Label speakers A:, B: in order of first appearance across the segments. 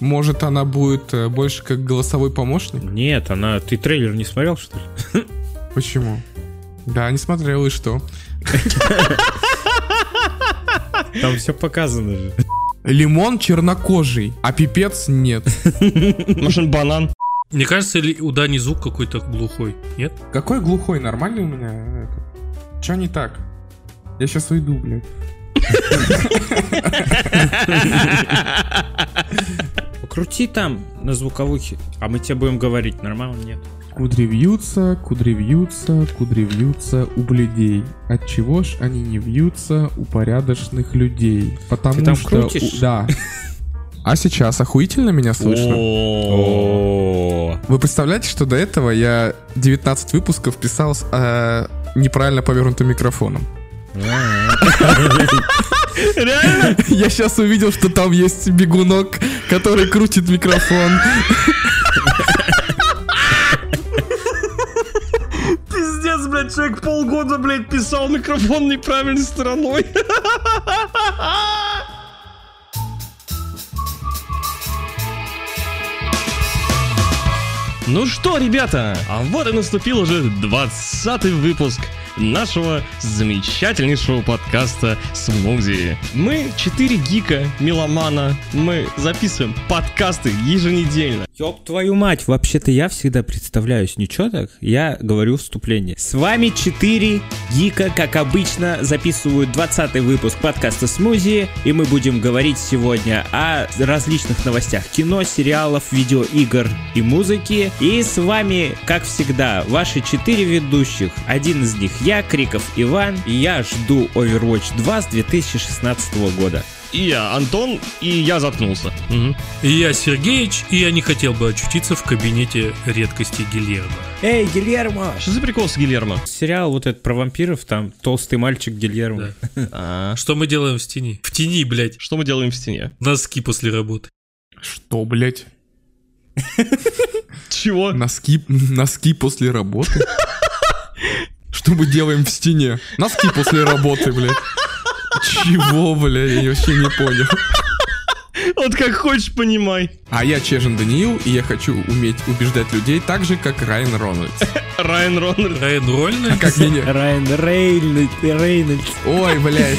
A: Может, она будет э, больше как голосовой помощник?
B: Нет, она... Ты трейлер не смотрел, что ли?
A: Почему? Да, не смотрел, и что?
B: Там все показано же.
A: Лимон чернокожий, а пипец нет.
C: Может, он банан?
D: Мне кажется, ли у Дани звук какой-то глухой, нет?
A: Какой глухой, нормальный у меня? э, это? Чё не так? Я сейчас уйду, блядь.
B: Крути там на звуковухе, а мы тебе будем говорить, нормально нет?
A: Кудри вьются, кудри вьются, кудри вьются у бледей. Отчего ж они не вьются у порядочных людей? Потому
B: Ты там
A: что...
B: крутишь?
A: у- Да. А сейчас охуительно меня слышно?
B: О,
A: Вы представляете, что до этого я 19 выпусков писал с э, неправильно повернутым микрофоном?
C: Реально?
A: Я сейчас увидел, что там есть бегунок, который крутит микрофон.
C: Пиздец, блядь, человек полгода, блядь, писал микрофон неправильной стороной. Ну что, ребята, а вот и наступил уже 20 выпуск нашего замечательнейшего подкаста «Смузи». Мы четыре гика, меломана, мы записываем подкасты еженедельно.
B: Ёб твою мать, вообще-то я всегда представляюсь, ничего так? Я говорю вступление. С вами 4 Гика, как обычно, записывают 20 выпуск подкаста «Смузи», и мы будем говорить сегодня о различных новостях кино, сериалов, видеоигр и музыки. И с вами, как всегда, ваши 4 ведущих. Один из них я, Криков Иван, и я жду Overwatch 2 с 2016 года.
C: И я, Антон, и я заткнулся. Мгм.
D: И я Сергеич, и я не хотел бы очутиться в кабинете редкости Гильермо.
B: Эй, Гильермо!
C: Что за прикол с Гильермо?
B: Сериал вот этот про вампиров, там толстый мальчик Гильермо.
D: Да.
C: А,
D: Что мы делаем в тени? В тени, блядь.
C: Что мы делаем в стене?
D: Носки после работы.
A: Что, блядь?
C: Чего?
A: Носки, носки после работы? Что мы делаем в стене? Носки после работы, блядь. Чего, блядь, я вообще не понял.
C: Вот как хочешь, понимай.
A: А я Чежин Даниил, и я хочу уметь убеждать людей так же, как Райан Рональдс.
C: Райан Рональд.
D: Райан Рольный?
A: Как меня...
B: Райан Рейнольдс, Рейнольдс.
A: Ой, блядь.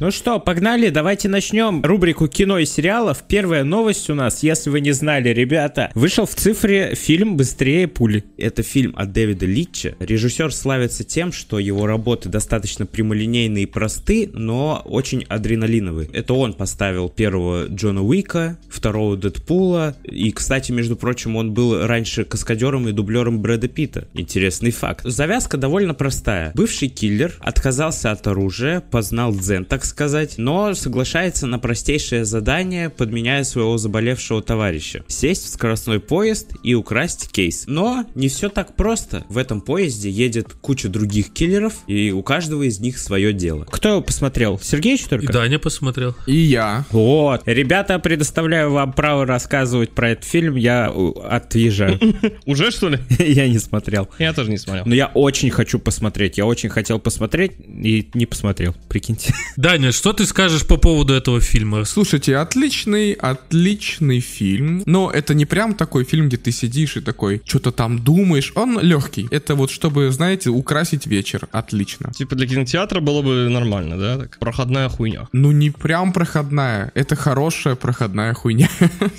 B: Ну что, погнали, давайте начнем рубрику кино и сериалов. Первая новость у нас, если вы не знали, ребята, вышел в цифре фильм «Быстрее пули». Это фильм от Дэвида Литча. Режиссер славится тем, что его работы достаточно прямолинейные и просты, но очень адреналиновые. Это он поставил первого Джона Уика, второго Дэдпула, и, кстати, между прочим, он был раньше каскадером и дублером Брэда Питта. Интересный факт. Завязка довольно простая. Бывший киллер отказался от оружия, познал дзен, так сказать, но соглашается на простейшее задание, подменяя своего заболевшего товарища. Сесть в скоростной поезд и украсть кейс. Но не все так просто. В этом поезде едет куча других киллеров, и у каждого из них свое дело. Кто его посмотрел? Сергей, что ли?
D: И Даня посмотрел.
A: И я.
B: Вот. Ребята, предоставляю вам право рассказывать про этот фильм. Я э, отъезжаю.
C: Уже что ли?
B: Я не смотрел.
C: Я тоже не смотрел.
B: Но я очень хочу посмотреть. Я очень хотел посмотреть и не посмотрел. Прикиньте.
D: Даня, что ты скажешь по поводу этого фильма?
A: Слушайте, отличный, отличный фильм. Но это не прям такой фильм, где ты сидишь и такой, что-то там думаешь. Он легкий. Это вот чтобы, знаете, украсить вечер. Отлично.
C: Типа для кинотеатра было бы нормально, да? Так, проходная хуйня.
A: Ну, не прям проходная. Это хорошая проходная хуйня.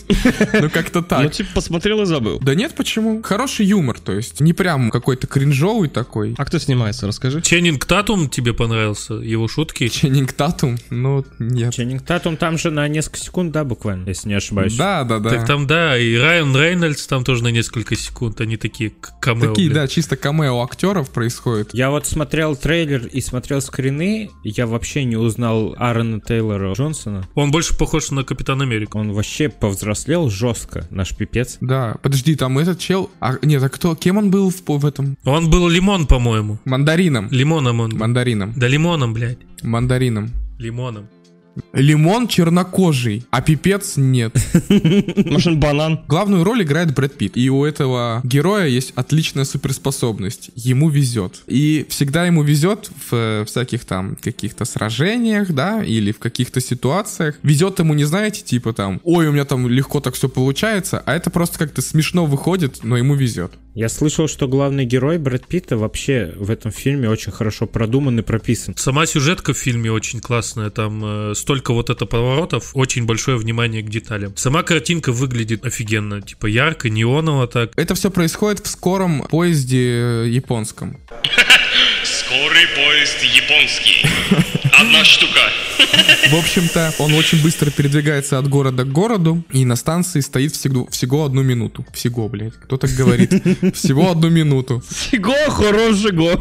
A: Ну, как-то
C: Ну,
A: так.
C: типа, посмотрел и забыл.
A: Да нет, почему? Хороший юмор, то есть. Не прям какой-то кринжовый такой.
C: А кто снимается, расскажи.
D: Ченнинг Татум тебе понравился? Его шутки?
A: Ченнинг Татум? Ну, нет.
B: Ченнинг Татум там же на несколько секунд, да, буквально, если не ошибаюсь.
A: Да, да,
D: Так
A: да.
D: там, да, и Райан Рейнольдс там тоже на несколько секунд, они такие к- камео.
A: Такие,
D: блядь.
A: да, чисто камео актеров происходит.
B: Я вот смотрел трейлер и смотрел скрины, и я вообще не узнал Аарона Тейлора Джонсона.
D: Он больше похож на Капитан Америку.
B: Он вообще повзрослел жестко, наш пипец.
A: Да, подожди, там этот чел... А, нет, а кто, кем он был в, по- в этом?
D: Он был лимон, по-моему.
A: Мандарином.
D: Лимоном он. был.
A: Мандарином.
D: Да лимоном, блядь.
A: Мандарином.
D: Лимоном.
A: Лимон чернокожий, а пипец нет.
C: Машин банан.
A: Главную роль играет Брэд Питт, и у этого героя есть отличная суперспособность. Ему везет. И всегда ему везет в э, всяких там каких-то сражениях, да, или в каких-то ситуациях. Везет ему, не знаете, типа там, ой, у меня там легко так все получается, а это просто как-то смешно выходит, но ему везет.
B: Я слышал, что главный герой Брэд Питта вообще в этом фильме очень хорошо продуман и прописан.
D: Сама сюжетка в фильме очень классная, там э, столько вот это поворотов, очень большое внимание к деталям. Сама картинка выглядит офигенно, типа ярко, неоново так.
A: Это все происходит в скором поезде э, японском.
E: Скорый поезд японский. Одна штука.
A: В общем-то, он очень быстро передвигается от города к городу, и на станции стоит всего, всего одну минуту. Всего, блядь, кто так говорит? Всего одну минуту.
C: Сего, хорош жиго.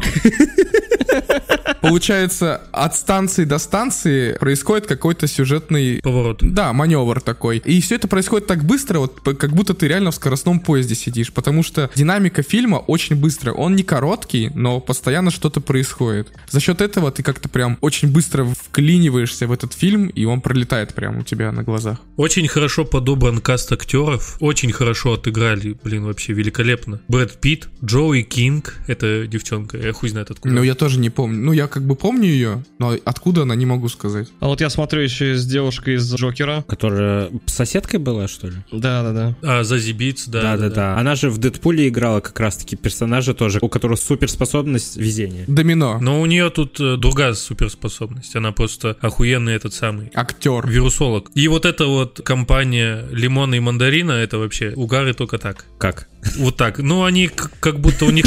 A: Получается, от станции до станции происходит какой-то сюжетный
D: Поворот.
A: да, маневр такой. И все это происходит так быстро, вот п- как будто ты реально в скоростном поезде сидишь, потому что динамика фильма очень быстрая. Он не короткий, но постоянно что-то происходит. За счет этого ты как-то прям очень быстро вклиниваешься в этот фильм, и он пролетает прямо у тебя на глазах.
D: Очень хорошо подобран каст актеров, очень хорошо отыграли, блин, вообще великолепно. Брэд Питт, Джоуи Кинг, это девчонка, я хуй знает откуда.
A: Ну, я тоже не помню. Ну, я как бы помню ее, но откуда она, не могу сказать.
C: А вот я смотрю еще с девушкой из Джокера.
B: Которая соседкой была, что ли?
C: Да-да-да.
D: А, Зази Битс, да.
B: Да-да-да. Она же в Дэдпуле играла как раз-таки персонажа тоже, у которого суперспособность везения.
A: Домино.
D: Но у нее тут э, другая суперспособность, она просто охуенный этот самый
A: Актер.
D: вирусолог. И вот эта вот компания лимона и мандарина, это вообще угары только так.
B: Как?
D: Вот так. Ну, они к- как будто у них...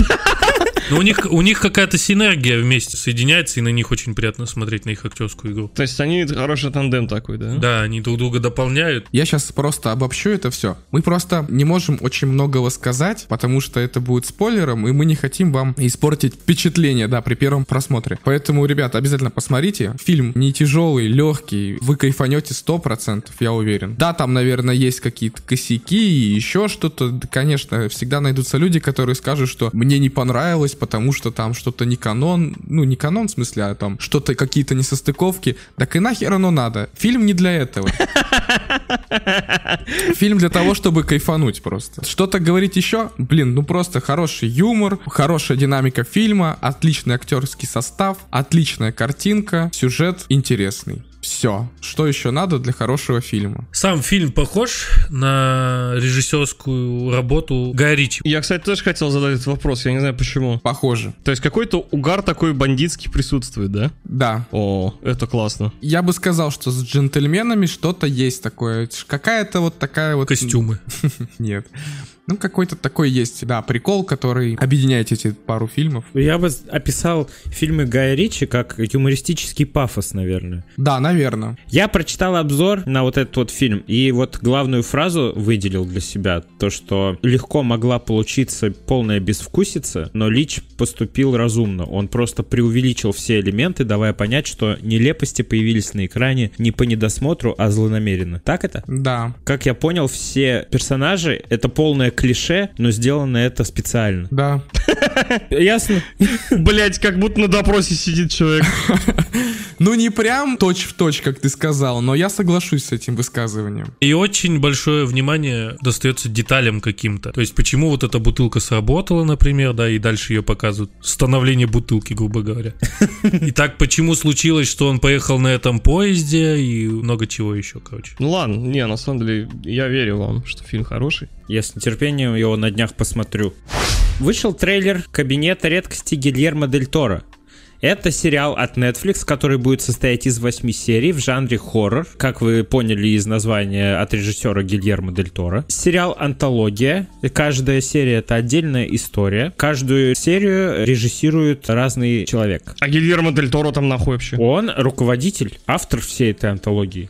D: Ну, у них, у них какая-то синергия вместе соединяется, и на них очень приятно смотреть, на их актерскую игру.
C: То есть они хороший тандем такой, да?
D: Да, они друг друга дополняют.
A: Я сейчас просто обобщу это все. Мы просто не можем очень многого сказать, потому что это будет спойлером, и мы не хотим вам испортить впечатление, да, при первом просмотре. Поэтому, ребята, обязательно посмотрите. Фильм не тяжелый, легкий, вы кайфанете 100%, я уверен. Да, там, наверное, есть какие-то косяки и еще что-то. Да, Конечно, всегда найдутся люди, которые скажут, что мне не понравилось, потому что там что-то не канон, ну, не канон в смысле, а там что-то, какие-то несостыковки. Так и нахер оно надо. Фильм не для этого. Фильм для того, чтобы кайфануть просто. Что-то говорить еще? Блин, ну просто хороший юмор, хорошая динамика фильма, отличный актерский состав, отличная картинка, сюжет интересный. Все. Что еще надо для хорошего фильма?
D: Сам фильм похож на режиссерскую работу Гая Ричи.
C: Я, кстати, тоже хотел задать этот вопрос, я не знаю почему.
A: Похоже.
C: То есть какой-то угар такой бандитский присутствует, да?
A: Да.
C: О, это классно.
A: Я бы сказал, что с джентльменами что-то есть такое. Это ж Какая-то вот такая вот...
D: Костюмы.
A: Нет. Ну, какой-то такой есть, да, прикол, который объединяет эти пару фильмов.
B: Я бы описал фильмы Гая Ричи как юмористический пафос, наверное.
A: Да, наверное.
B: Я прочитал обзор на вот этот вот фильм, и вот главную фразу выделил для себя, то, что легко могла получиться полная безвкусица, но Лич поступил разумно. Он просто преувеличил все элементы, давая понять, что нелепости появились на экране не по недосмотру, а злонамеренно. Так это?
A: Да.
B: Как я понял, все персонажи — это полное клише, но сделано это специально.
A: Да.
B: Ясно?
C: Блять, как будто на допросе сидит человек.
A: Ну, не прям точь в точь, как ты сказал, но я соглашусь с этим высказыванием.
D: И очень большое внимание достается деталям каким-то. То есть, почему вот эта бутылка сработала, например, да, и дальше ее показывают. Становление бутылки, грубо говоря. И так, почему случилось, что он поехал на этом поезде и много чего еще, короче.
C: Ну ладно, не, на самом деле, я верю вам, что фильм хороший.
B: Я с нетерпением его на днях посмотрю. Вышел трейлер кабинета редкости Гильермо Дель Торо. Это сериал от Netflix, который будет состоять из восьми серий в жанре хоррор, как вы поняли из названия от режиссера Гильермо Дель Торо. Сериал антология. И Каждая серия это отдельная история. Каждую серию режиссирует разный человек.
C: А Гильермо Дель Торо там нахуй вообще?
B: Он руководитель, автор всей этой антологии.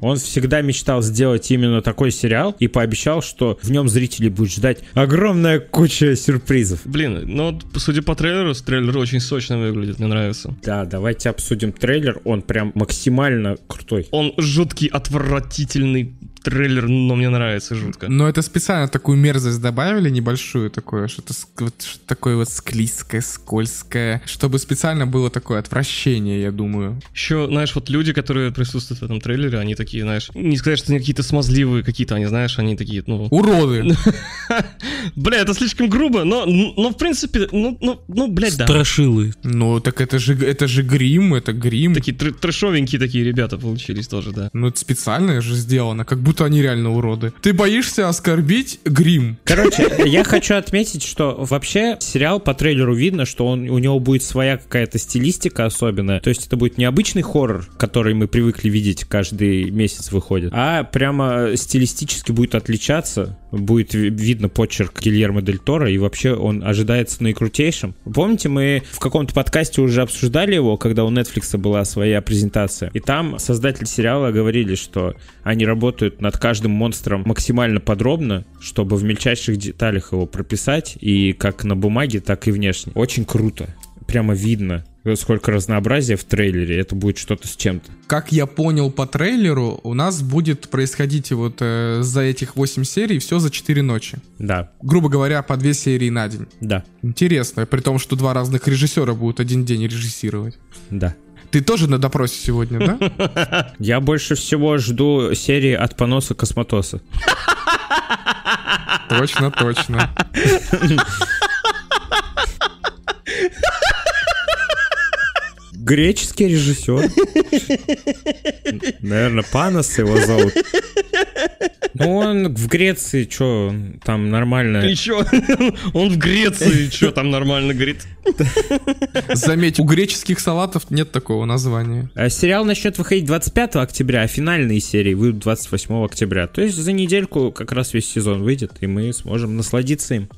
B: Он всегда мечтал сделать именно такой сериал и пообещал, что в нем зрители будут ждать огромная куча сюрпризов.
C: Блин, ну вот, судя по трейлеру, трейлер очень сочно выглядит, мне нравится.
B: Да, давайте обсудим трейлер. Он прям максимально крутой.
C: Он жуткий, отвратительный, трейлер, но мне нравится жутко.
A: Но это специально такую мерзость добавили, небольшую такое, что-то ск- вот ш- такое вот склизкое, скользкое, чтобы специально было такое отвращение, я думаю.
C: Еще, знаешь, вот люди, которые присутствуют в этом трейлере, они такие, знаешь, не сказать, что они какие-то смазливые какие-то, они, знаешь, они такие, ну...
A: Уроды!
C: Бля, это слишком грубо, но, но в принципе, ну, ну, ну, блядь, да.
D: Страшилы.
A: Ну, так это же, это же грим, это грим.
C: Такие тр- трэшовенькие такие ребята получились тоже, да.
A: Ну, это специально же сделано, как будто они реально уроды. Ты боишься оскорбить грим.
B: Короче, я хочу отметить, что вообще сериал по трейлеру видно, что он, у него будет своя какая-то стилистика особенная. То есть это будет необычный хоррор, который мы привыкли видеть каждый месяц выходит, а прямо стилистически будет отличаться. Будет ви- видно почерк Гильермо Дель Торо, и вообще он ожидается наикрутейшим. Помните, мы в каком-то подкасте уже обсуждали его, когда у Netflix была своя презентация. И там создатели сериала говорили, что они работают над каждым монстром максимально подробно, чтобы в мельчайших деталях его прописать, и как на бумаге, так и внешне. Очень круто. Прямо видно, сколько разнообразия в трейлере. Это будет что-то с чем-то.
A: Как я понял по трейлеру, у нас будет происходить вот э, за этих 8 серий все за 4 ночи.
B: Да,
A: Грубо говоря, по 2 серии на день.
B: да,
A: Интересно, при том, что два разных режиссера будут один день режиссировать.
B: да.
A: Ты тоже на допросе сегодня, да?
B: Я больше всего жду серии от поноса космотоса.
A: Точно, точно.
B: Греческий режиссер. Наверное, Панос его зовут. Ну, он в Греции, что, там нормально.
C: И чё? Он в Греции, чё там нормально говорит?
A: Заметь, у греческих салатов нет такого названия.
B: А Сериал начнет выходить 25 октября, а финальные серии выйдут 28 октября. То есть за недельку как раз весь сезон выйдет, и мы сможем насладиться им.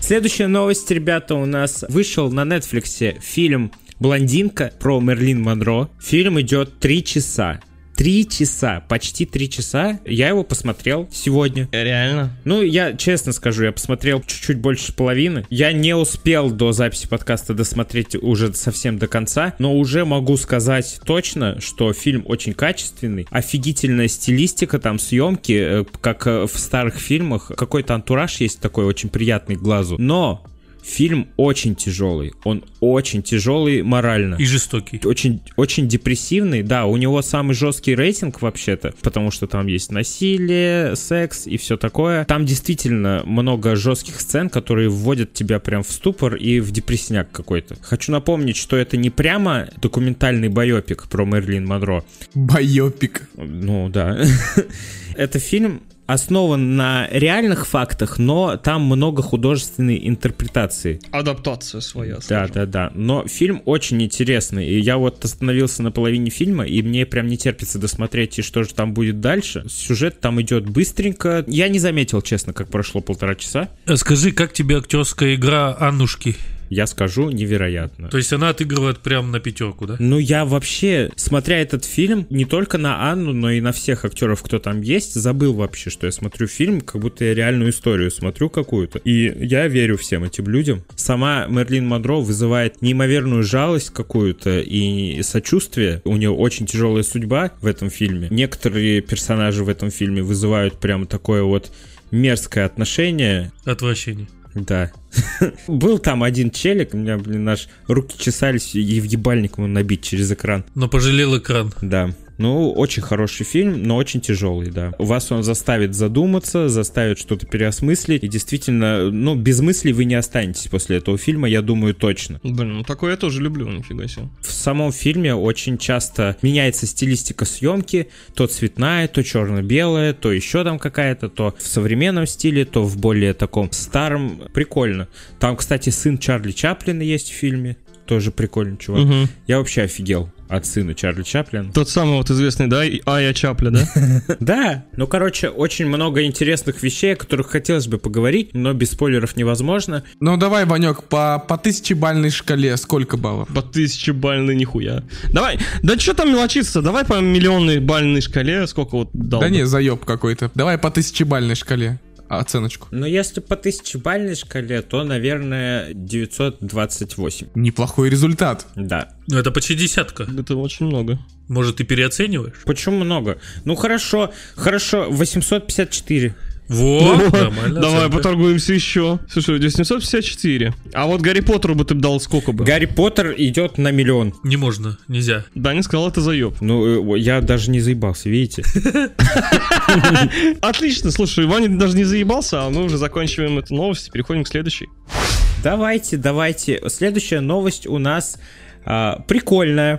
B: Следующая новость, ребята, у нас вышел на Netflix фильм «Блондинка» про Мерлин Монро. Фильм идет 3 часа. Три часа, почти три часа. Я его посмотрел сегодня.
C: Реально?
B: Ну, я честно скажу, я посмотрел чуть-чуть больше половины. Я не успел до записи подкаста досмотреть уже совсем до конца, но уже могу сказать точно, что фильм очень качественный. Офигительная стилистика там съемки, э, как э, в старых фильмах. Какой-то антураж есть такой очень приятный к глазу. Но фильм очень тяжелый. Он очень тяжелый морально
D: И жестокий.
B: очень, очень депрессивный, да, у него самый жесткий рейтинг вообще-то, потому что там есть насилие, секс и все такое. Там действительно много жестких сцен, которые вводят тебя прям в ступор и в депрессняк какой-то. Хочу напомнить, что это не прямо документальный байопик про Мерлин Монро.
A: Байопик.
B: Ну да. Это фильм основан на реальных фактах, но там много художественной интерпретации.
C: Адаптация своя.
B: Да,
C: скажем.
B: да, да. Но фильм очень интересный. И я вот остановился на половине фильма, и мне прям не терпится досмотреть, и что же там будет дальше. Сюжет там идет быстренько. Я не заметил, честно, как прошло полтора часа.
D: А Скажи, как тебе актерская игра Аннушки?
B: Я скажу, невероятно.
D: То есть она отыгрывает прям на пятерку, да?
B: Ну, я вообще, смотря этот фильм, не только на Анну, но и на всех актеров, кто там есть, забыл вообще, что я смотрю фильм, как будто я реальную историю смотрю какую-то. И я верю всем этим людям. Сама Мерлин Монро вызывает неимоверную жалость какую-то и сочувствие. У нее очень тяжелая судьба в этом фильме. Некоторые персонажи в этом фильме вызывают прямо такое вот мерзкое отношение.
D: Отвращение.
B: Да. Был там один челик, у меня, блин, наш руки чесались и в ебальник ему набить через экран.
D: Но пожалел экран.
B: Да. Ну, очень хороший фильм, но очень тяжелый, да. Вас он заставит задуматься, заставит что-то переосмыслить. И действительно, ну, без мыслей вы не останетесь после этого фильма, я думаю, точно.
C: Блин, ну такое я тоже люблю, нифига себе.
B: В самом фильме очень часто меняется стилистика съемки. То цветная, то черно-белая, то еще там какая-то, то в современном стиле, то в более таком старом. Прикольно. Там, кстати, сын Чарли Чаплина есть в фильме. Тоже прикольный чувак.
C: Мгм.
B: Я вообще офигел от сына Чарли Чаплина.
C: Тот самый вот известный, да, и Ая Чапля, да?
B: Да, ну короче, очень много интересных вещей, о которых хотелось бы поговорить, но без спойлеров невозможно.
A: Ну давай, Ванек, по, по тысячебальной шкале сколько баллов?
C: По тысячебальной нихуя. Давай, да что там мелочиться, давай по миллионной бальной шкале, сколько вот дал.
A: Да
C: бы?
A: не, заеб какой-то. Давай по тысячебальной шкале. оценочку?
B: Но если по тысячебальной шкале, то, наверное, 928.
A: Неплохой результат.
B: Да.
D: Ну, это почти десятка.
C: Это очень много.
D: Может, ты переоцениваешь?
B: Почему много? Ну хорошо, хорошо, 854.
D: Вот,
C: Ну,
D: нормально.
C: Давай
D: оценка.
C: поторгуемся еще. Слушай, 854. А вот Гарри Поттеру бы ты дал сколько бы?
B: Гарри Поттер идет на миллион.
D: Не можно, нельзя.
C: Даня сказал, это заеб.
B: Ну, э, я даже не заебался, видите?
C: Отлично, слушай, Ваня даже не заебался, а мы уже заканчиваем эту новость и переходим к следующей.
B: Давайте, давайте. Следующая новость у нас а, прикольная.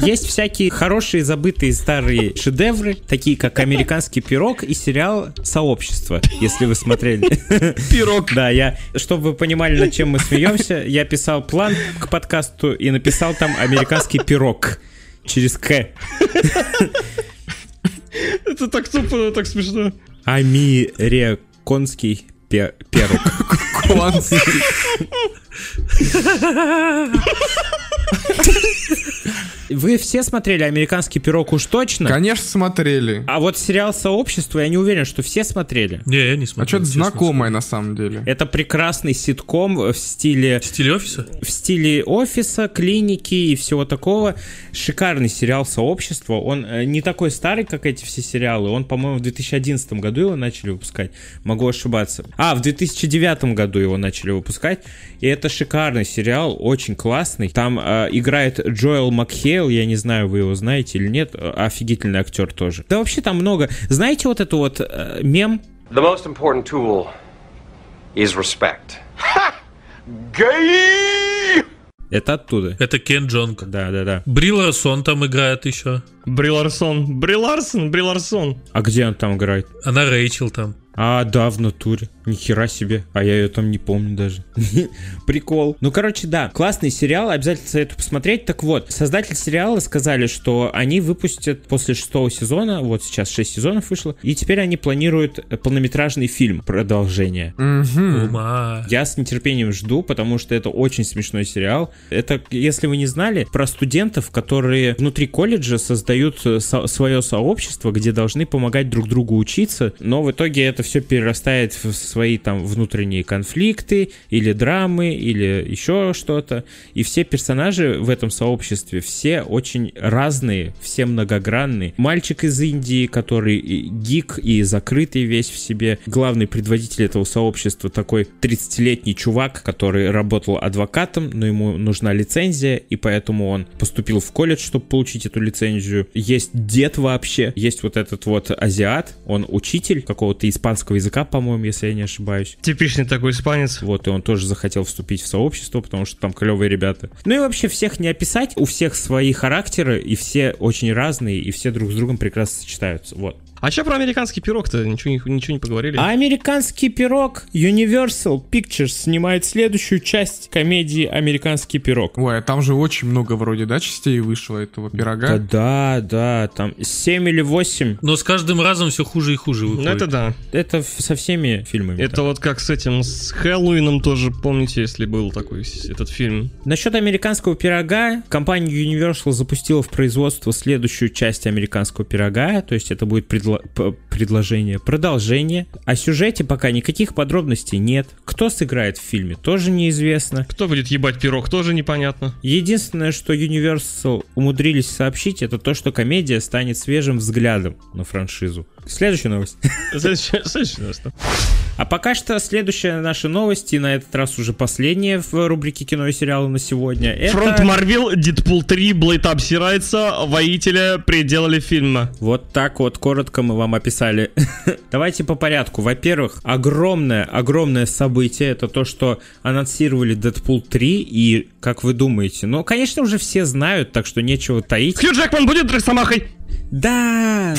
B: Есть всякие хорошие забытые старые шедевры, такие как «Американский пирог» и сериал «Сообщество», если вы смотрели.
C: Пирог.
B: Да, я, чтобы вы понимали, над чем мы смеемся, я писал план к подкасту и написал там «Американский пирог» через «К».
C: Это так тупо, так смешно.
B: Американский пе- пирог. Вы все смотрели «Американский пирог» уж точно?
A: Конечно, смотрели.
B: А вот сериал «Сообщество» я не уверен, что все смотрели.
D: Не, я не смотрю.
A: А что-то
D: честно.
A: знакомое на самом деле.
B: Это прекрасный ситком в стиле,
D: В стиле офиса?
B: в стиле офиса, клиники и всего такого. Шикарный сериал «Сообщество». Он э, не такой старый, как эти все сериалы. Он, по-моему, в 2011 году его начали выпускать. Могу ошибаться. А, в 2009 году его начали выпускать. И это шикарный сериал, очень классный. Там э, играет Джоэл Макхейл, я не знаю, вы его знаете или нет. Э, Офигительный актер тоже. Да вообще там много. Знаете вот эту вот э, мем
F: The most important tool is respect.
B: Это оттуда.
D: Это Кен Джонг.
B: Да, да, да.
D: Брилла Сон там играет еще.
C: Бри Ларсон. Бри Ларсон, Бри Ларсон.
B: А где он там играет?
D: Она Рэйчел там.
B: А, да, в натуре. Нихера себе. А я ее там не помню даже. Прикол. Ну, короче, да. Классный сериал. Обязательно советую посмотреть. Так вот, создатели сериала сказали, что они выпустят после шестого сезона, вот сейчас шесть сезонов вышло, и теперь они планируют э, полнометражный фильм продолжение.
A: Мгм.
D: Ума.
B: Я с нетерпением жду, потому что это очень смешной сериал. Это, если вы не знали, про студентов, которые внутри колледжа создают э, со- свое сообщество, где должны помогать друг другу учиться, но в итоге это все перерастает в свои там внутренние конфликты или драмы, или еще что-то. И все персонажи в этом сообществе, все очень разные, все многогранные. Мальчик из Индии, который и гик и закрытый весь в себе. Главный предводитель этого сообщества такой 30-летний чувак, который работал адвокатом, но ему нужна лицензия, и поэтому он поступил в колледж, чтобы получить эту лицензию. Есть дед вообще, есть вот этот вот азиат, он учитель какого-то испанского языка, по-моему, если я не ошибаюсь.
C: Типичный такой испанец.
B: Вот, и он тоже захотел вступить в сообщество, потому что там клевые ребята. Ну и вообще всех не описать, у всех свои характеры, и все очень разные, и все друг с другом прекрасно сочетаются. Вот.
C: А че про американский пирог-то? Ничего, не- ничего не поговорили.
B: А американский пирог Universal Pictures снимает следующую часть комедии Американский пирог.
A: Ой, а там же очень много вроде, да, частей вышло этого
B: Да,
A: пирога.
B: да, да, там 7 или 8.
D: Но с каждым разом все хуже и хуже
C: Ну
D: выходит.
C: это да.
B: Это в- со всеми фильмами.
C: Это вот как с этим, с Хэллоуином тоже, помните, если был такой с- этот фильм.
B: Насчет американского пирога, компания Universal запустила в производство следующую часть американского пирога, то есть это будет предло- п- предложение, продолжение. О сюжете пока никаких подробностей нет. Кто сыграет в фильме, тоже неизвестно.
C: Кто будет ебать пирог, тоже непонятно.
B: Единственное, что Universal умудрились сообщить, это то, что комедия станет свежим взглядом на франшизу. Следующая новость.
C: Следующее- следующее место.
B: А пока что следующая наша новость, и на этот раз уже последняя в рубрике кино и сериалы на сегодня. это-
C: Фронт Марвел, Дедпул 3, Блейд обсирается, воителя приделали фильма.
B: Вот так вот коротко мы вам описали. Давайте по порядку. Во-первых, огромное, огромное событие. Это то, что анонсировали Дэдпул 3. И как вы думаете? Ну, конечно, уже все знают, так что нечего таить.
C: Хью Джекман будет Росомахой?
B: Да!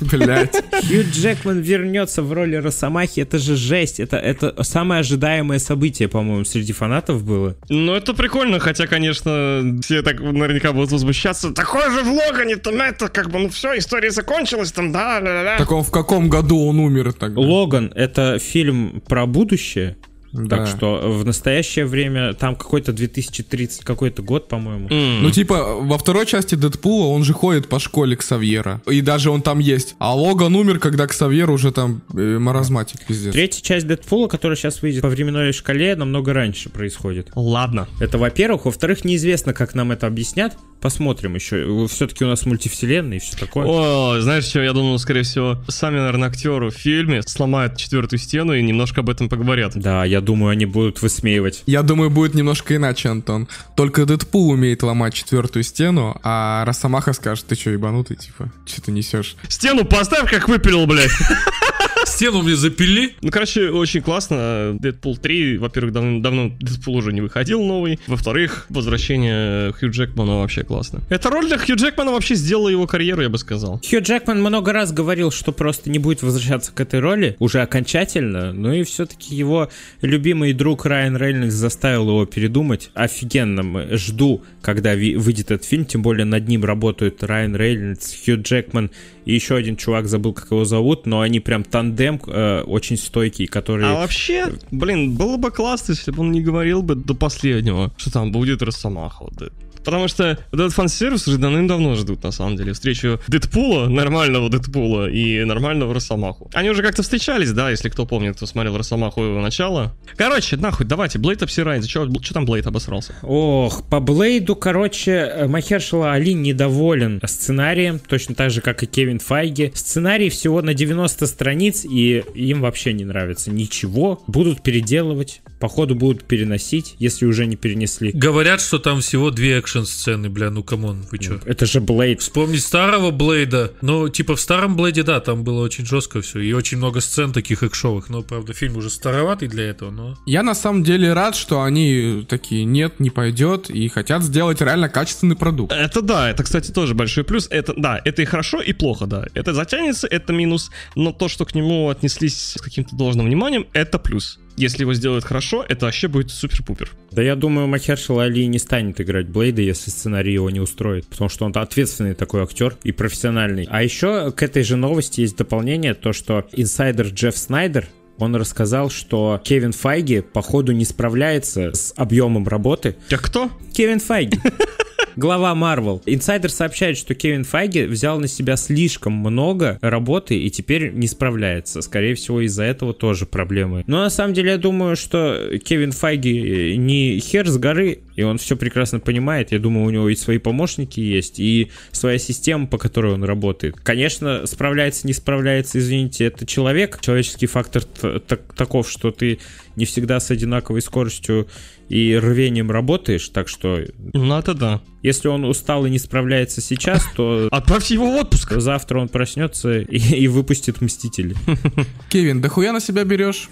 A: Блять.
B: Хью Джекман вернется в роли Росомахи. Это же жесть. Это, это самое ожидаемое событие, по-моему, среди фанатов было.
C: Ну, это прикольно, хотя, конечно, все так наверняка будут возмущаться. Такой же в Логане, там это, как бы, ну все, история закончилась, там, да, ля-ля-ля.
A: Так он в каком году он умер тогда?
B: Логан — это фильм про будущее.
A: Да.
B: Так что в настоящее время там какой-то 2030 какой-то год, по-моему.
A: Ну, типа, во второй части Дэдпула он же ходит по школе Ксавьера. И даже он там есть. А Логан умер, когда Ксавьер уже там э, маразматик, пиздец.
B: Третья часть Дэдпула, которая сейчас выйдет по временной шкале, намного раньше происходит.
C: Ладно.
B: Это во-первых. Во-вторых, неизвестно, как нам это объяснят. Посмотрим еще. Все-таки у нас мультивселенная и все такое.
C: О, знаешь что, я думал, скорее всего, сами, наверное, актеры в фильме сломают четвертую стену и немножко об этом поговорят.
B: Да, я думаю, они будут высмеивать.
A: Я думаю, будет немножко иначе, Антон. Только Дэдпул умеет ломать четвертую стену, а Росомаха скажет, ты что, ебанутый, типа, что ты несешь?
C: Стену поставь, как выпилил, блядь.
D: Стену мне запили.
C: Ну, короче, очень классно. Дэдпул 3, во-первых, дав- давно Дэдпул уже не выходил новый. Во-вторых, возвращение Хью Джекмана вообще классно. Эта роль для Хью Джекмана вообще сделала его карьеру, я бы сказал.
B: Хью Джекман много раз говорил, что просто не будет возвращаться к этой роли уже окончательно, но и все-таки его любимый друг Райан Рейнольдс заставил его передумать. Офигенно, мы- жду, когда ви- выйдет этот фильм, тем более над ним работают Райан Рейнольдс, Хью Джекман и еще один чувак, забыл, как его зовут, но они прям тандем э, очень стойкий, который...
C: А вообще, блин, было бы классно, если бы он не говорил бы до последнего, что там будет Росомаха. вот это. Потому что вот этот фан-сервис уже давным-давно ждут, на самом деле, встречу Дэдпула, нормального Дэдпула и нормального Росомаху. Они уже как-то встречались, да, если кто помнит, кто смотрел Росомаху его начала. Короче, нахуй, давайте, Блейд обсирается. Че там Блейд обосрался?
B: Ох, по Блейду, короче, э, Махершала Али недоволен сценарием, точно так же, как и Кевин Файги. Сценарий всего на 90 страниц, и им вообще не нравится ничего. Будут переделывать, походу будут переносить, если уже не перенесли.
D: Говорят, что там всего две экшн-сцены, бля, ну камон, вы чё?
B: Это же Блейд.
D: Вспомнить старого Блейда. Ну, типа в старом Блейде, да, там было очень жестко все. И очень много сцен таких экшовых. Но, правда, фильм уже староватый для этого, но...
A: Я на самом деле рад, что они такие, нет, не пойдет, и хотят сделать реально качественный продукт.
C: Это да, это, кстати, тоже большой плюс. Это да, это и хорошо, и плохо, да. Это затянется, это минус, но то, что к нему отнеслись с каким-то должным вниманием, это плюс. Если его сделают хорошо, это вообще будет супер-пупер.
B: Да я думаю, Махершала Али не станет играть Блейда, если сценарий его не устроит, потому что он ответственный такой актер и профессиональный. А еще к этой же новости есть дополнение, то что инсайдер Джефф Снайдер он рассказал, что Кевин Файги, походу, не справляется с объемом работы.
C: А кто?
B: Кевин Файги. Глава Марвел. Инсайдер сообщает, что Кевин Файги взял на себя слишком много работы и теперь не справляется. Скорее всего, из-за этого тоже проблемы. Но на самом деле, я думаю, что Кевин Файги э, не хер с горы, и он все прекрасно понимает. Я думаю, у него и свои помощники есть, и своя система, по которой он работает. Конечно, справляется, не справляется, извините, это человек. Человеческий фактор т- так- таков, что ты не всегда с одинаковой скоростью и рвением работаешь, так что
C: Ну, это да.
B: если он устал и не справляется сейчас, то
C: Отправьте его в отпуск.
B: завтра он проснется и, и выпустит Мстителей.
A: Кевин, да хуя на себя берешь?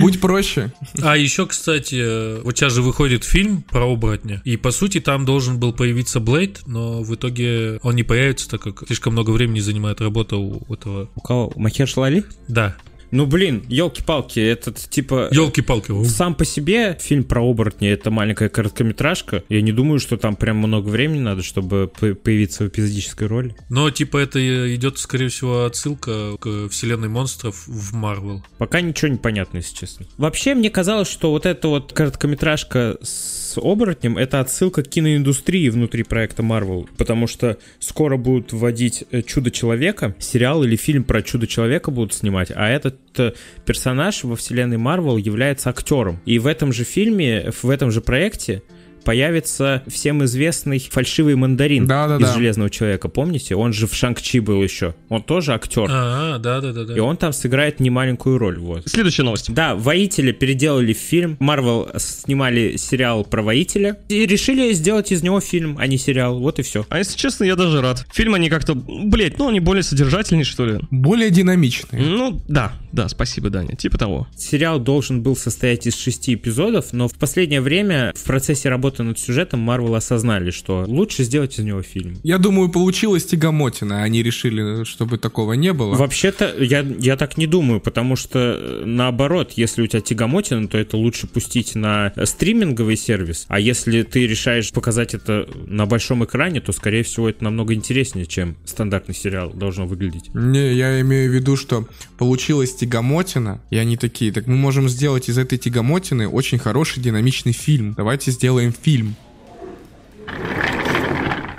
A: Будь проще.
D: А еще, кстати, э, вот сейчас же выходит фильм про оборотня. И, по сути, там должен был появиться Блейд, но в итоге он не появится, так как слишком много времени занимает работа у этого...
B: У кого? У Махершала Али?
D: Да,
B: Ну блин, елки-палки, этот типа...
D: елки-палки.
B: Сам по себе фильм про оборотня это маленькая короткометражка. Я не думаю, что там прям много времени надо, чтобы по- появиться в эпизодической роли.
D: Но, типа, это э, идет, скорее всего, отсылка к вселенной монстров в Марвел.
B: Пока ничего не понятно, если честно. Вообще, мне казалось, что вот эта вот короткометражка с оборотнем — это отсылка к киноиндустрии внутри проекта Marvel, потому что скоро будут вводить э, Чудо-человека, сериал или фильм про Чудо-человека будут снимать, а этот э, персонаж во вселенной Marvel является актером. И в этом же фильме, в этом же проекте появится всем известный фальшивый мандарин
A: Да-да-да.
B: из Железного Человека, помните? Он же в Шанг-Чи был еще. Он тоже актер.
D: А, да-да-да.
B: И он там сыграет немаленькую роль, вот.
C: Следующая новость.
B: Да, «Воителя» переделали в фильм. Марвел снимали сериал про «Воителя». И решили сделать из него фильм, а не сериал. Вот и все.
C: А если честно, я даже рад. Фильм они как-то, блять, ну они более содержательные, что ли.
A: Более динамичный.
C: Ну, да, да, спасибо, Даня, типа того.
B: Сериал должен был состоять из шести эпизодов, но в последнее время в процессе работы над сюжетом Марвел осознали, что лучше сделать из него фильм.
A: Я думаю, получилось тягомотина. Они решили, чтобы такого не было.
B: Вообще-то, я, я так не думаю, потому что, э, наоборот, если у тебя тягомотина, то это лучше пустить на э, стриминговый сервис, а если ты решаешь показать это на большом экране, то, скорее всего, это намного интереснее, чем стандартный сериал должно выглядеть.
A: Не, я имею в виду, что получилось тягомотина, и они такие, так мы можем сделать из этой тягомотины очень хороший динамичный фильм. Давайте сделаем фильм.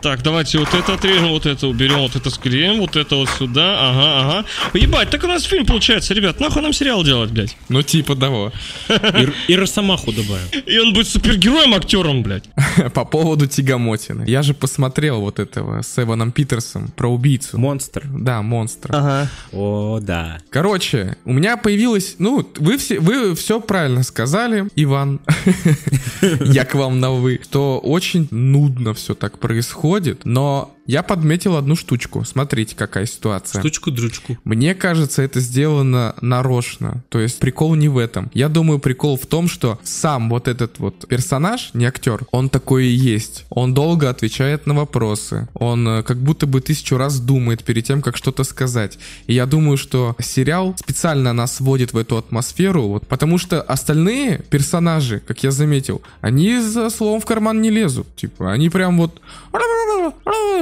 C: Так, давайте вот это отрежем, вот это уберем, вот это склеим, вот это вот сюда, ага, ага. Ебать, так у нас фильм получается, ребят, нахуй нам сериал делать, блядь.
A: Ну типа того.
B: И Росомаху добавим.
C: И он будет супергероем, актером, блядь.
A: По поводу тягомотины. Я же посмотрел вот этого с Эваном Питерсом про убийцу.
B: Монстр.
A: Да, монстра.
B: О, да.
A: Короче, у меня появилась... Ну, вы все, вы все правильно сказали, Иван. Я к вам на «вы». Что очень нудно все так происходит, но я подметил одну штучку. Смотрите, какая ситуация.
D: Штучку-дрючку.
A: Мне кажется, это сделано нарочно. То есть прикол не в этом. Я думаю, прикол в том, что сам вот этот вот персонаж, не актер, он такой и есть. Он долго отвечает на вопросы. Он э, как будто бы тысячу раз думает перед тем, как что-то сказать. И я думаю, что сериал специально нас вводит в эту атмосферу, вот, потому что остальные персонажи, как я заметил, они за словом в карман не лезут. Типа, они прям вот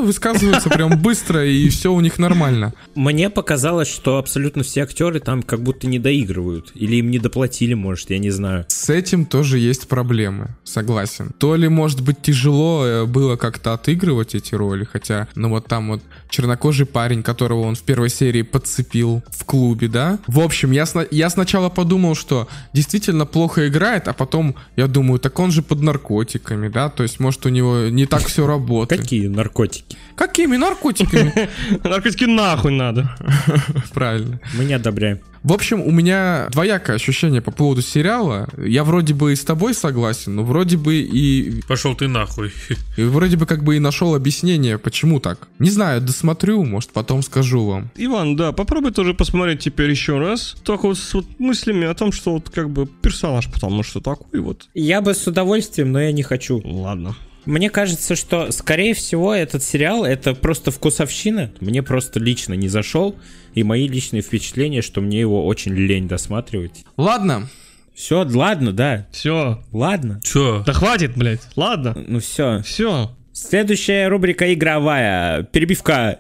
A: высказываются прям быстро, и все у них нормально.
B: Мне показалось, что абсолютно все актеры там как будто не доигрывают. Или им не доплатили, может, я не знаю.
A: С этим тоже есть проблемы, согласен. То ли, может быть, тяжело э, было как-то отыгрывать эти роли, хотя, ну вот там вот чернокожий парень, которого он в первой серии подцепил в клубе, да? В общем, я, сна- я сначала подумал, что действительно плохо играет, а потом я думаю, так он же под наркотиками, да? То есть, может, у него не так все работает.
B: Какие наркотики?
A: Какими наркотиками?
C: Наркотики нахуй надо.
A: Правильно.
B: Мы не одобряем.
A: В общем, у меня двоякое ощущение по поводу сериала. Я вроде бы и с тобой согласен, но вроде бы и
D: Пошел ты нахуй.
A: И вроде бы как бы и нашел объяснение, почему так. Не знаю, досмотрю, может, потом скажу вам.
C: Иван, да, попробуй тоже посмотреть теперь еще раз. Только вот с вот мыслями о том, что вот как бы персонаж, потому что такой вот.
B: Я бы с удовольствием, но я не хочу.
C: Ладно.
B: Мне кажется, что, скорее всего, этот сериал это просто вкусовщина. Мне просто лично не зашел. И мои личные впечатления, что мне его очень лень досматривать.
A: Ладно,
B: Все, ладно, да.
C: Все.
B: Ладно.
D: Че?
C: Да хватит, блядь. Ладно.
B: Ну все.
C: Все.
B: Следующая рубрика игровая. Перебивка.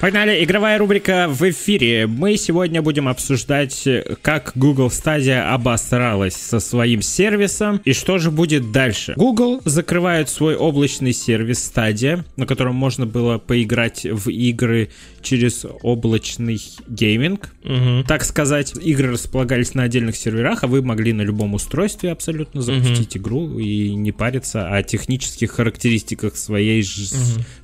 B: Погнали, игровая рубрика в эфире. Мы сегодня будем обсуждать, э, как Google Stadia обосралась со своим сервисом и что же будет дальше. Google закрывает свой облачный сервис Stadia, на котором можно было поиграть в игры через облачный гейминг, так сказать. Игры располагались на отдельных серверах, а вы могли на любом устройстве абсолютно запустить игру и не париться о технических характеристиках своей ж-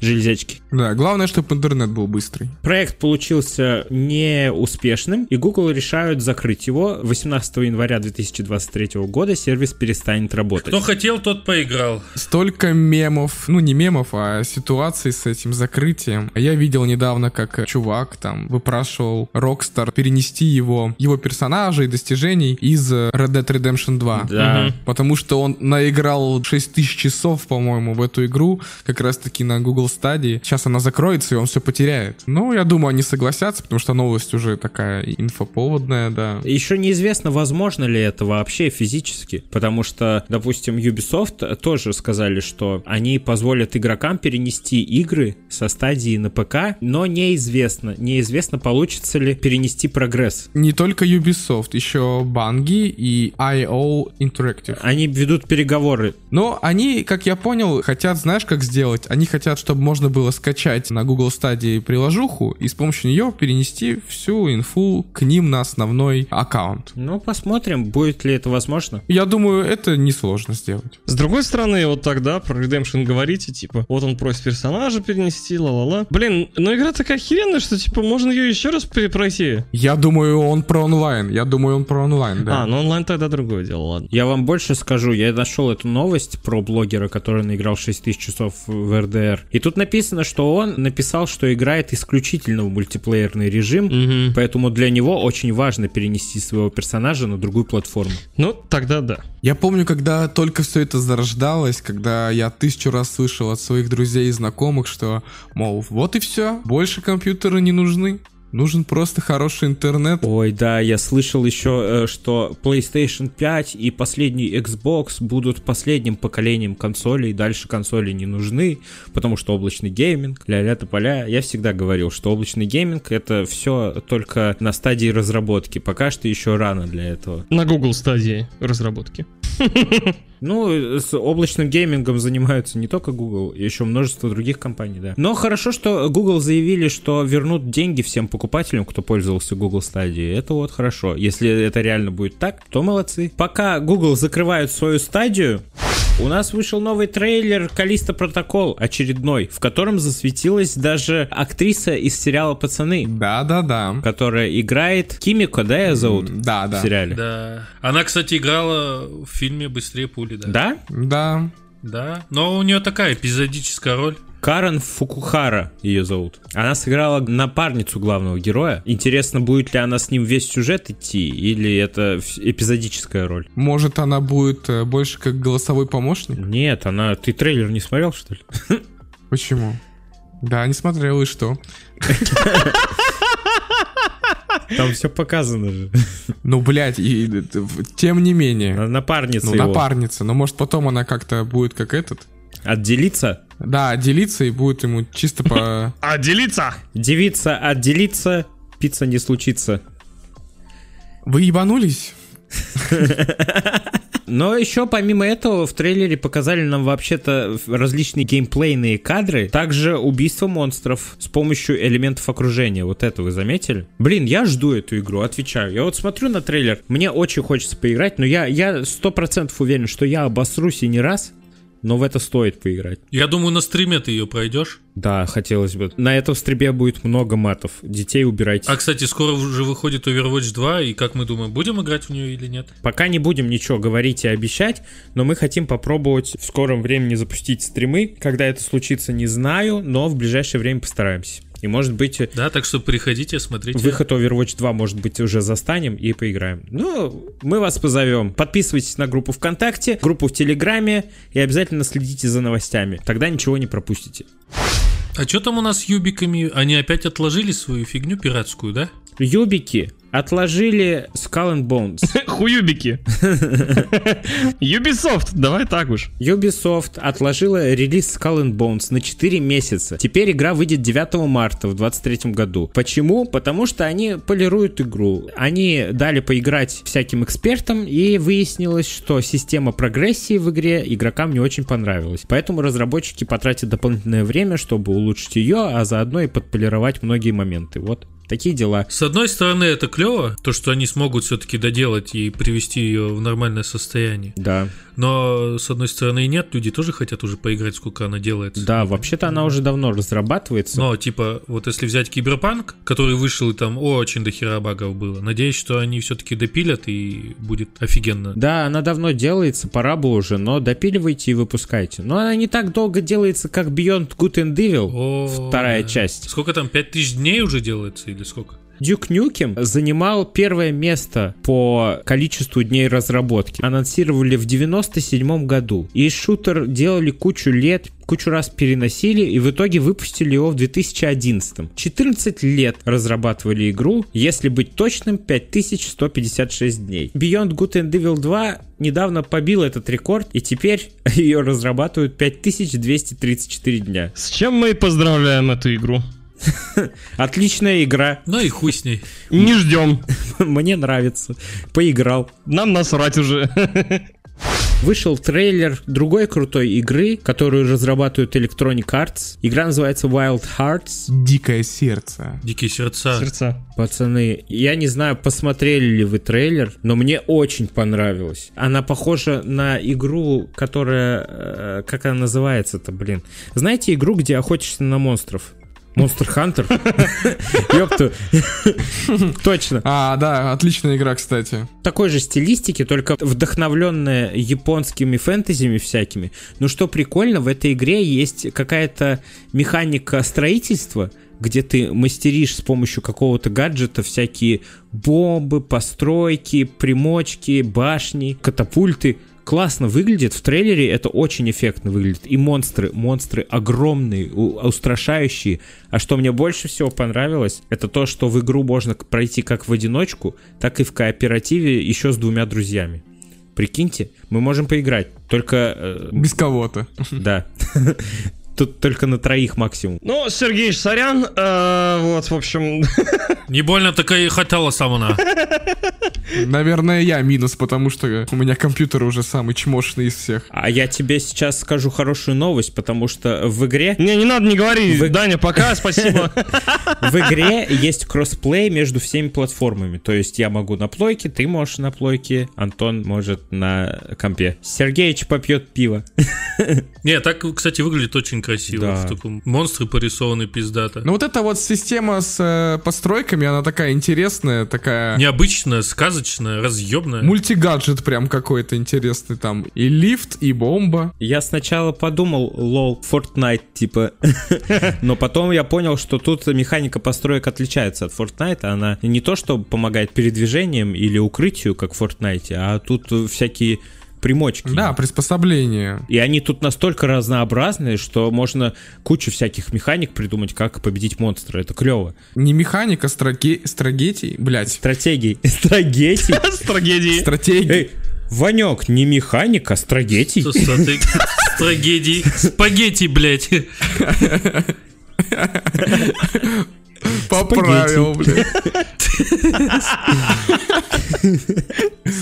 B: железячки.
A: да, главное, чтобы интернет был быстрый.
B: Проект получился неуспешным, и Google решают закрыть его. 18 января 2023 года сервис перестанет работать.
D: Кто хотел, тот поиграл.
A: Столько мемов, ну не мемов, а ситуаций с этим закрытием. Я видел недавно, как э, чувак там выпрашивал Rockstar перенести его, его персонажей, достижений из э, Red Dead Redemption 2.
B: Да.
A: Потому что он наиграл 6000 часов, по-моему, в эту игру, как раз-таки на Google Stadia. Сейчас она закроется, и он все потеряет. Ну, я думаю, они согласятся, потому что новость уже такая инфоповодная, да.
B: Еще неизвестно, возможно ли это вообще физически, потому что, допустим, Ubisoft тоже сказали, что они позволят игрокам перенести игры со стадии на ПК, но неизвестно, неизвестно, получится ли перенести прогресс.
A: Не только Ubisoft, еще Bungie и IO Interactive.
B: Они ведут переговоры
A: Но они, как я понял, хотят, знаешь, как сделать? Они хотят, чтобы можно было скачать на Google Stadia приложуху и с помощью нее перенести всю инфу к ним на основной аккаунт.
B: ну, посмотрим, будет ли это возможно.
A: Я думаю, это несложно сделать.
C: С другой стороны, вот тогда про Redemption говорите, типа, вот он просит персонажа перенести, ла-ла-ла. Блин, но игра такая охеренная, что, типа, можно ее еще раз перепройти.
A: Я думаю, он про онлайн. Я думаю, он про онлайн, да.
C: А, ну онлайн тогда другое дело, ладно.
B: Я вам больше скажу, я нашел эту новость про блогера, который наиграл 6000 часов в РДР. И тут написано, что он написал, что играет исключительно в мультиплеерный режим, поэтому для него очень важно перенести своего персонажа на другую платформу.
C: Ну, тогда да.
A: Я помню, когда только все это зарождалось, когда я тысячу раз слышал от своих друзей и знакомых, что, мол, вот и все, больше компьютеры не нужны. Нужен просто хороший интернет.
B: Ой, да, я слышал еще, э, что PlayStation 5 и последний Xbox будут последним поколением консолей, дальше консоли не нужны, потому что облачный гейминг, ля-ля тополя. Я всегда говорил, что облачный гейминг это все только на стадии разработки, пока что еще рано для этого.
C: На Google стадии разработки.
B: Ну, с облачным геймингом занимаются не только Google, еще множество других компаний, да. Но хорошо, что Google заявили, что вернут деньги всем покупателям, кто пользовался Google стадией. Это вот хорошо. Если это реально будет так, то молодцы. Пока Google закрывает свою стадию, у нас вышел новый трейлер Калиста Протокол очередной, в котором засветилась даже актриса из сериала Пацаны,
A: Да-да-да.
B: которая играет Кимико, да, ее зовут? В
A: Да-да.
B: сериале.
D: Да. Она, кстати, играла в фильме «Быстрее пули», да?
B: Да?
A: Да.
D: Да. Но у нее такая эпизодическая роль.
B: Карен Фукухара ее зовут. Она сыграла напарницу главного героя. Интересно, будет ли она с ним весь сюжет идти, или это вс- эпизодическая роль?
A: Может, она будет э, больше как голосовой помощник?
B: Нет, она... Ты трейлер не смотрел, что ли?
A: Почему? Да, не смотрел, и что?
B: Там все показано же.
A: Ну, блядь, и, и- и- в- тем не менее.
B: Она Напарница
A: Ну,
B: его.
A: напарница. Но может потом она как-то будет как этот.
B: Отделиться?
A: Да, делиться и будет ему чисто по...
C: А делиться!
B: Девица отделиться, пицца не случится.
A: Вы ебанулись?
B: Но еще помимо этого в трейлере показали нам вообще-то различные геймплейные кадры, также убийство монстров с помощью элементов окружения. Вот это вы заметили? Блин, я жду эту игру, отвечаю. Я вот смотрю на трейлер, мне очень хочется поиграть, но я я сто процентов уверен, что я обосрусь и не раз, но в это стоит поиграть.
D: Я думаю, на стриме ты ее пройдешь.
B: Да, хотелось бы. На этом стриме будет много матов. Детей убирайте.
D: А, кстати, скоро уже выходит Overwatch 2, и как мы думаем, будем играть в нее или нет?
B: Пока не будем ничего говорить и обещать, но мы хотим попробовать в скором времени запустить стримы. Когда это случится, не знаю, но в ближайшее время постараемся. И может быть...
D: Да, так что приходите, смотрите.
B: Выход Overwatch 2, может быть, уже застанем и поиграем. Ну, мы вас позовем. Подписывайтесь на группу ВКонтакте, группу в Телеграме и обязательно следите за новостями. Тогда ничего не пропустите.
D: А что там у нас с юбиками? Они опять отложили свою фигню пиратскую, да?
B: Юбики отложили Skull and Bones.
C: Хуюбики. Ubisoft, давай так уж.
B: Ubisoft отложила релиз Skull and Bones на 4 месяца. Теперь игра выйдет 9 марта в 2023 году. Почему? Потому что они полируют игру. Они дали поиграть всяким экспертам, и выяснилось, что система прогрессии в игре игрокам не очень понравилась. Поэтому разработчики потратят дополнительное время, чтобы улучшить ее, а заодно и подполировать многие моменты. Вот такие дела.
D: С одной стороны, это клево, то, что они смогут все-таки доделать и привести ее в нормальное состояние.
B: Да.
D: Но, с одной стороны, и нет, люди тоже хотят уже поиграть, сколько она делается.
B: Да, вообще-то она уже давно разрабатывается.
D: Но, типа, вот если взять Киберпанк, который вышел, и там очень дохера багов было, надеюсь, что они все-таки допилят, и будет офигенно.
B: Да, она давно делается, пора бы уже, но допиливайте и выпускайте. Но она не так долго делается, как Beyond Good and Evil,
D: О,
B: вторая
D: да.
B: часть.
D: Сколько там, 5000 дней уже делается или сколько?
B: Duke Nukem занимал первое место по количеству дней разработки. Анонсировали в 97 году. И шутер делали кучу лет, кучу раз переносили, и в итоге выпустили его в 2011. 14 лет разрабатывали игру, если быть точным, 5156 дней. Beyond Good and Evil 2 недавно побил этот рекорд, и теперь ее разрабатывают 5234 дня.
C: С чем мы и поздравляем эту игру.
B: Отличная игра,
D: Ну и хуй с ней.
C: Не ждем.
B: мне нравится. Поиграл.
C: Нам насрать уже.
B: Вышел трейлер другой крутой игры, которую разрабатывают Electronic Arts. Игра называется Wild Hearts.
A: Дикое сердце.
D: Дикие сердца.
C: Сердца.
B: Пацаны, я не знаю, посмотрели ли вы трейлер, но мне очень понравилось. Она похожа на игру, которая... э, Как она называется-то, блин? Знаете игру, где охотишься на монстров? Монстр Хантер? Ёпту. Точно.
A: А, да, отличная игра, кстати.
B: такой же стилистики, только вдохновленная японскими фэнтезиями всякими. Но что прикольно, в этой игре есть какая-то механика строительства, где ты мастеришь с помощью какого-то гаджета всякие бомбы, постройки, примочки, башни, катапульты. классно выглядит в трейлере, это очень эффектно выглядит. И монстры, монстры огромные, у- устрашающие. А что мне больше всего понравилось, это то, что в игру можно к- пройти как в одиночку, так и в кооперативе еще с двумя друзьями. Прикиньте, мы можем поиграть, только... э,
A: Без кого-то.
B: да. Тут только на троих максимум.
C: Ну, Сергеич, сорян, э, вот, в общем,
D: Не больно такая и хотела сама она.
A: Наверное, я минус, потому что у меня компьютер уже самый чмошный из всех.
B: А я тебе сейчас скажу хорошую новость, потому что в игре
C: не, не надо, не говори,
B: Вы-
C: Даня, пока, спасибо.
B: В игре есть кроссплей между всеми платформами. То есть я могу на плойке, ты можешь на плойке, Антон может на компе. Сергеич попьет пиво.
D: Не, так, кстати, выглядит очень красиво.
B: Да.
D: В таком монстры порисованы пиздато.
A: Ну вот эта вот система с э, постройками, она такая интересная, такая...
D: Необычная, сказочная, разъебная.
A: Мультигаджет прям какой-то интересный там. И лифт, и бомба.
B: Я сначала подумал, лол, Fortnite, типа. Но потом я понял, что тут механика построек отличается от Fortnite. Она не то, что помогает передвижением или укрытию, как в Fortnite, а тут всякие примочки.
A: Да, приспособление.
B: И они тут настолько разнообразные, что можно кучу всяких механик придумать, как победить монстра. Это клево.
A: Не механика, страге... страгетий, блядь.
B: Стратегии. Стратегии.
C: С трагедией.
A: Стратегия.
B: Эй, Ванек, не механик, а стратегий.
D: С- с- с трагедией. Спагетти, блядь.
A: Поправил, блядь.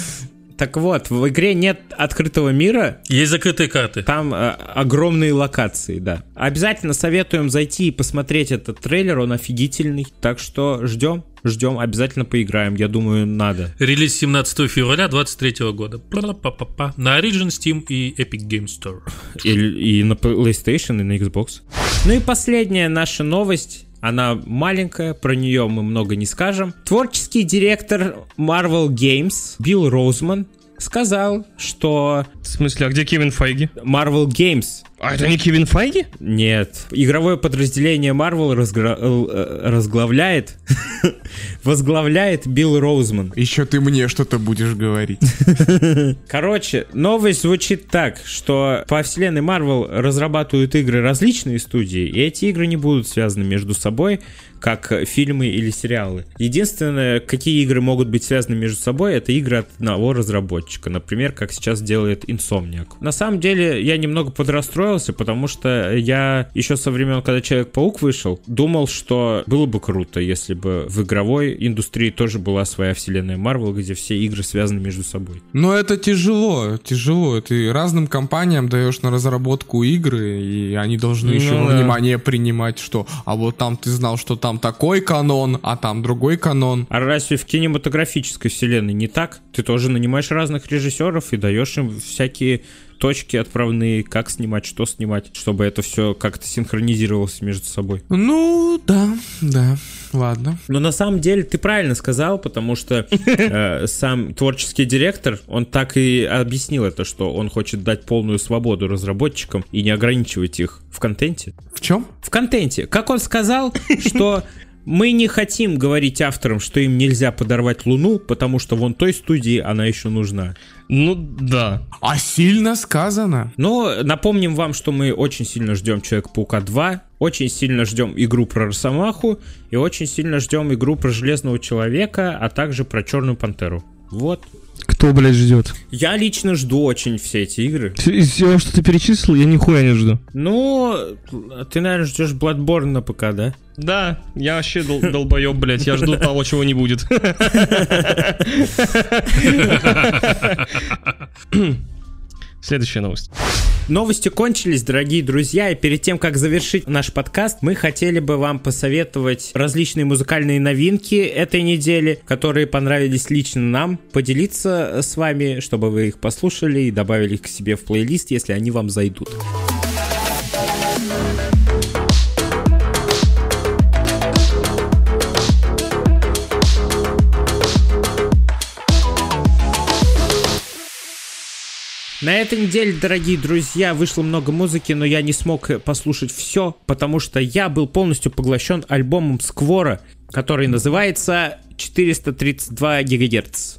B: Так вот, в игре нет открытого мира,
D: Есть закрытые карты.
B: там э, огромные локации, да. Обязательно советуем зайти и посмотреть этот трейлер, он офигительный. Так что ждем, ждем, обязательно поиграем, я думаю, надо.
D: Релиз 17 февраля 23 года. Пра-па-па-па. На Origin, Steam и Epic Game Store.
B: И, и на PlayStation, и на Xbox. Ну и последняя наша новость. Она маленькая, про нее мы много не скажем. Творческий директор Marvel Games Билл Роузман сказал, что
C: В смысле, а где Кевин Файги?
B: Marvel Games
C: А это не Кевин Файги?
B: Нет. Игровое подразделение Marvel разгра- л- э, разглавляет, возглавляет Билл Роузман.
A: Еще ты мне что-то будешь говорить.
B: Короче, новость звучит так, что по вселенной Marvel разрабатывают игры различные студии, и эти игры не будут связаны между собой, как э, фильмы или сериалы. Единственное, какие игры могут быть связаны между собой, это игры от одного разработчика, например, как сейчас делает Insomniac. На самом деле, я немного подрастроился, потому что я еще со времен, когда Человек-паук вышел, думал, что было бы круто, если бы в игровой индустрии тоже была своя вселенная Marvel, где все игры связаны между собой.
A: Но это тяжело, тяжело. Ты разным компаниям даешь на разработку игры, и они должны еще во внимание принимать, что а вот там ты знал, что там такой канон, а там другой канон.
B: А разве в кинематографической вселенной не так? Ты тоже нанимаешь разных режиссеров и даешь им всякие точки отправные, как снимать, что снимать, чтобы это все как-то синхронизировалось между собой.
A: Ну, да, да, ладно.
B: Но Ну, на самом деле ты правильно сказал, потому что э, сам творческий директор, он так и объяснил это, что он хочет дать полную свободу разработчикам и не ограничивать их в контенте.
A: В чем?
B: в контенте. Как он сказал, что мы не хотим говорить авторам, что им нельзя подорвать Луну, потому что вон той студии она еще нужна.
C: Ну, да.
A: А сильно сказано.
B: Но напомним вам, что мы очень сильно ждем Человек-паука 2, очень сильно ждем игру про Росомаху и очень сильно ждем игру про Железного Человека, а также про Черную Пантеру. Вот.
C: Кто, блядь, ждет?
B: Я лично жду очень все эти игры.
C: Из всего, что ты перечислил, я нихуя не жду.
B: Ну, ты, наверное, ждешь Bloodborne на ПК, да?
C: Да, я вообще дол- долбоеб, блядь, я жду того, чего не будет. Следующая новость.
B: Новости кончились, дорогие друзья, и перед тем, как завершить наш подкаст, мы хотели бы вам посоветовать различные музыкальные новинки этой недели, которые понравились лично нам, поделиться э, с вами, чтобы вы их послушали и добавили их к себе в плейлист, если они вам зайдут. На этой неделе, дорогие друзья, вышло много музыки, но я не смог э, послушать все, потому что я был полностью поглощен альбомом Сквора, который называется 432 гигагерц.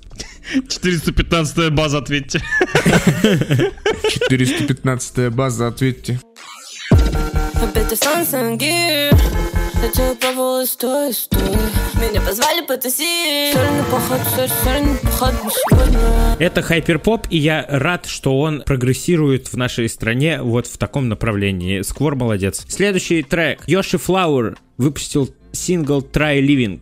C: 415 база, ответьте.
A: 415 база, ответьте.
G: Опять ты Samsung Gear Я тебя пробовала, стой, стой Меня позвали потусить Сольный поход, соль- сольный поход на сегодня
B: Это хайперпоп, и я рад, что он прогрессирует в нашей стране вот в таком направлении. Сквор молодец. Следующий трек. Йоши Флауэр выпустил сингл Try Living.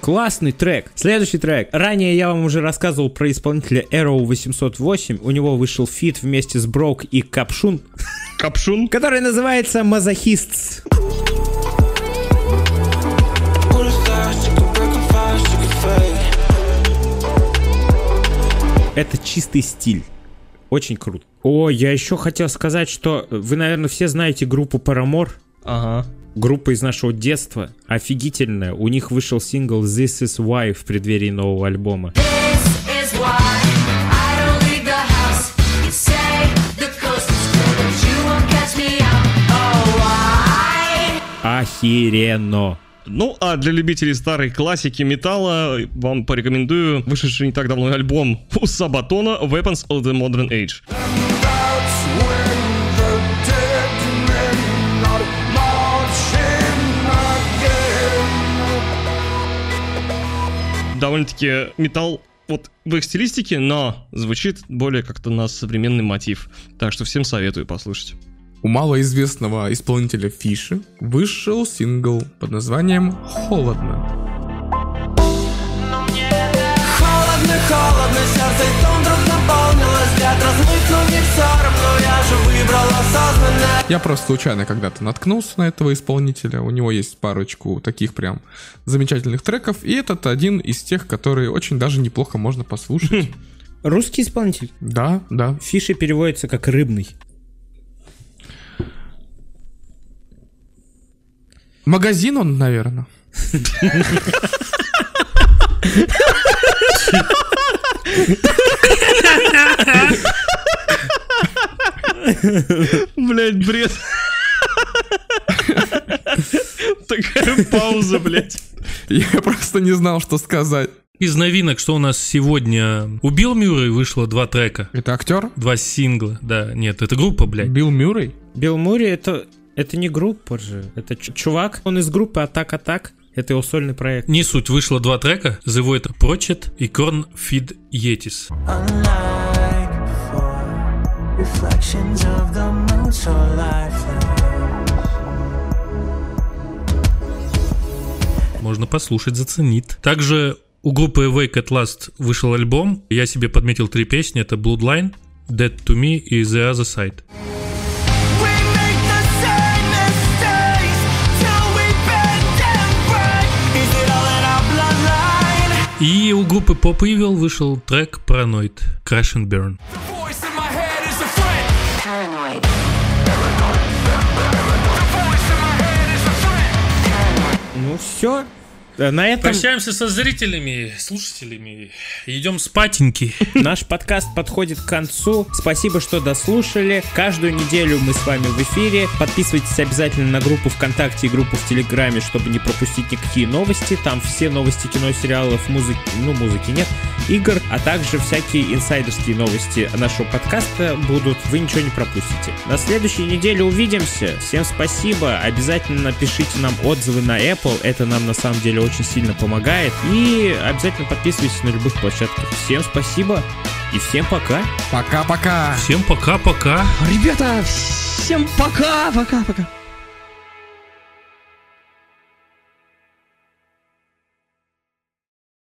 B: Классный трек. Следующий трек. Ранее я вам уже рассказывал про исполнителя Arrow 808. У него вышел фит вместе с Брок и Капшун,
C: Капшун.
B: который называется «Мазохистс». Это чистый стиль. Очень круто. О, я еще хотел сказать, что вы, наверное, все знаете группу Paramore.
C: Ага.
B: Группа из нашего детства. Офигительная. У них вышел сингл This Is Why в преддверии нового альбома.
H: This is why I don't leave the house. You say the coast is clear, but you won't catch me out. Oh, why?
B: Охеренно.
C: Ну, а для любителей старой классики металла вам порекомендую вышедший не так давно альбом у Сабатона Weapons of the Modern Age. Довольно-таки металл вот в их стилистике, но звучит более как-то на современный мотив. Так что всем советую послушать.
A: У малоизвестного исполнителя Фиши вышел сингл под названием «Холодно».
I: Холодно, холодно, сердце и тон вдруг наполнилось Взгляд размыт, но мне все равно Я же выбрал осознанно
A: Я просто случайно когда-то наткнулся на этого исполнителя. У него есть парочку таких прям замечательных треков. И этот один из тех, которые очень даже неплохо можно послушать.
B: Русский исполнитель.
A: Да, да.
B: Хм. Фиши переводится как рыбный.
A: Магазин он, наверное.
C: Блять, бред. Такая пауза, блять.
A: Я просто не знал, что сказать.
D: Из новинок, что у нас сегодня... У Билл Мюррей вышло два трека.
A: Это актер?
D: Два сингла. Да, нет, это группа, блядь.
A: Билл Мюррей?
B: Билл Мюррей это, это не группа же. Это ч- чувак, он из группы Атак Атак. Это его сольный проект.
D: Не суть, вышло два трека. The Void Project и Корн Feed Yetis.
I: Unlike before, reflections of the moon so lifelike.
D: Можно послушать, заценит. Также у группы Awake at Last вышел альбом. Я себе подметил три песни. Это Bloodline, Dead to Me и The Other Side.
I: We make the same mistakes till we bend and break. Is it all in our bloodline?
D: И у группы Pop Evil вышел трек Paranoid, Crash and Burn.
I: Voice in my head is a friend.
H: Paranoid.
I: Voice in my head is a friend.
B: Ну все. На этом
D: Прощаемся со зрителями, слушателями. Идем спатеньки.
B: наш подкаст подходит к концу. Спасибо, что дослушали. Каждую неделю мы с вами в эфире. Подписывайтесь обязательно на группу ВКонтакте и группу в Телеграме, чтобы не пропустить никакие новости. Там все новости кино, сериалов, музыки, ну музыки нет, игр, а также всякие инсайдерские новости нашего подкаста будут. Вы ничего не пропустите. На следующей неделе увидимся. Всем спасибо. Обязательно пишите нам отзывы на Apple. Это нам на самом деле очень сильно помогает. И обязательно подписывайтесь на любых площадках. Всем спасибо и всем пока.
A: Пока-пока.
D: Всем пока-пока.
C: Ребята, всем пока, пока, пока.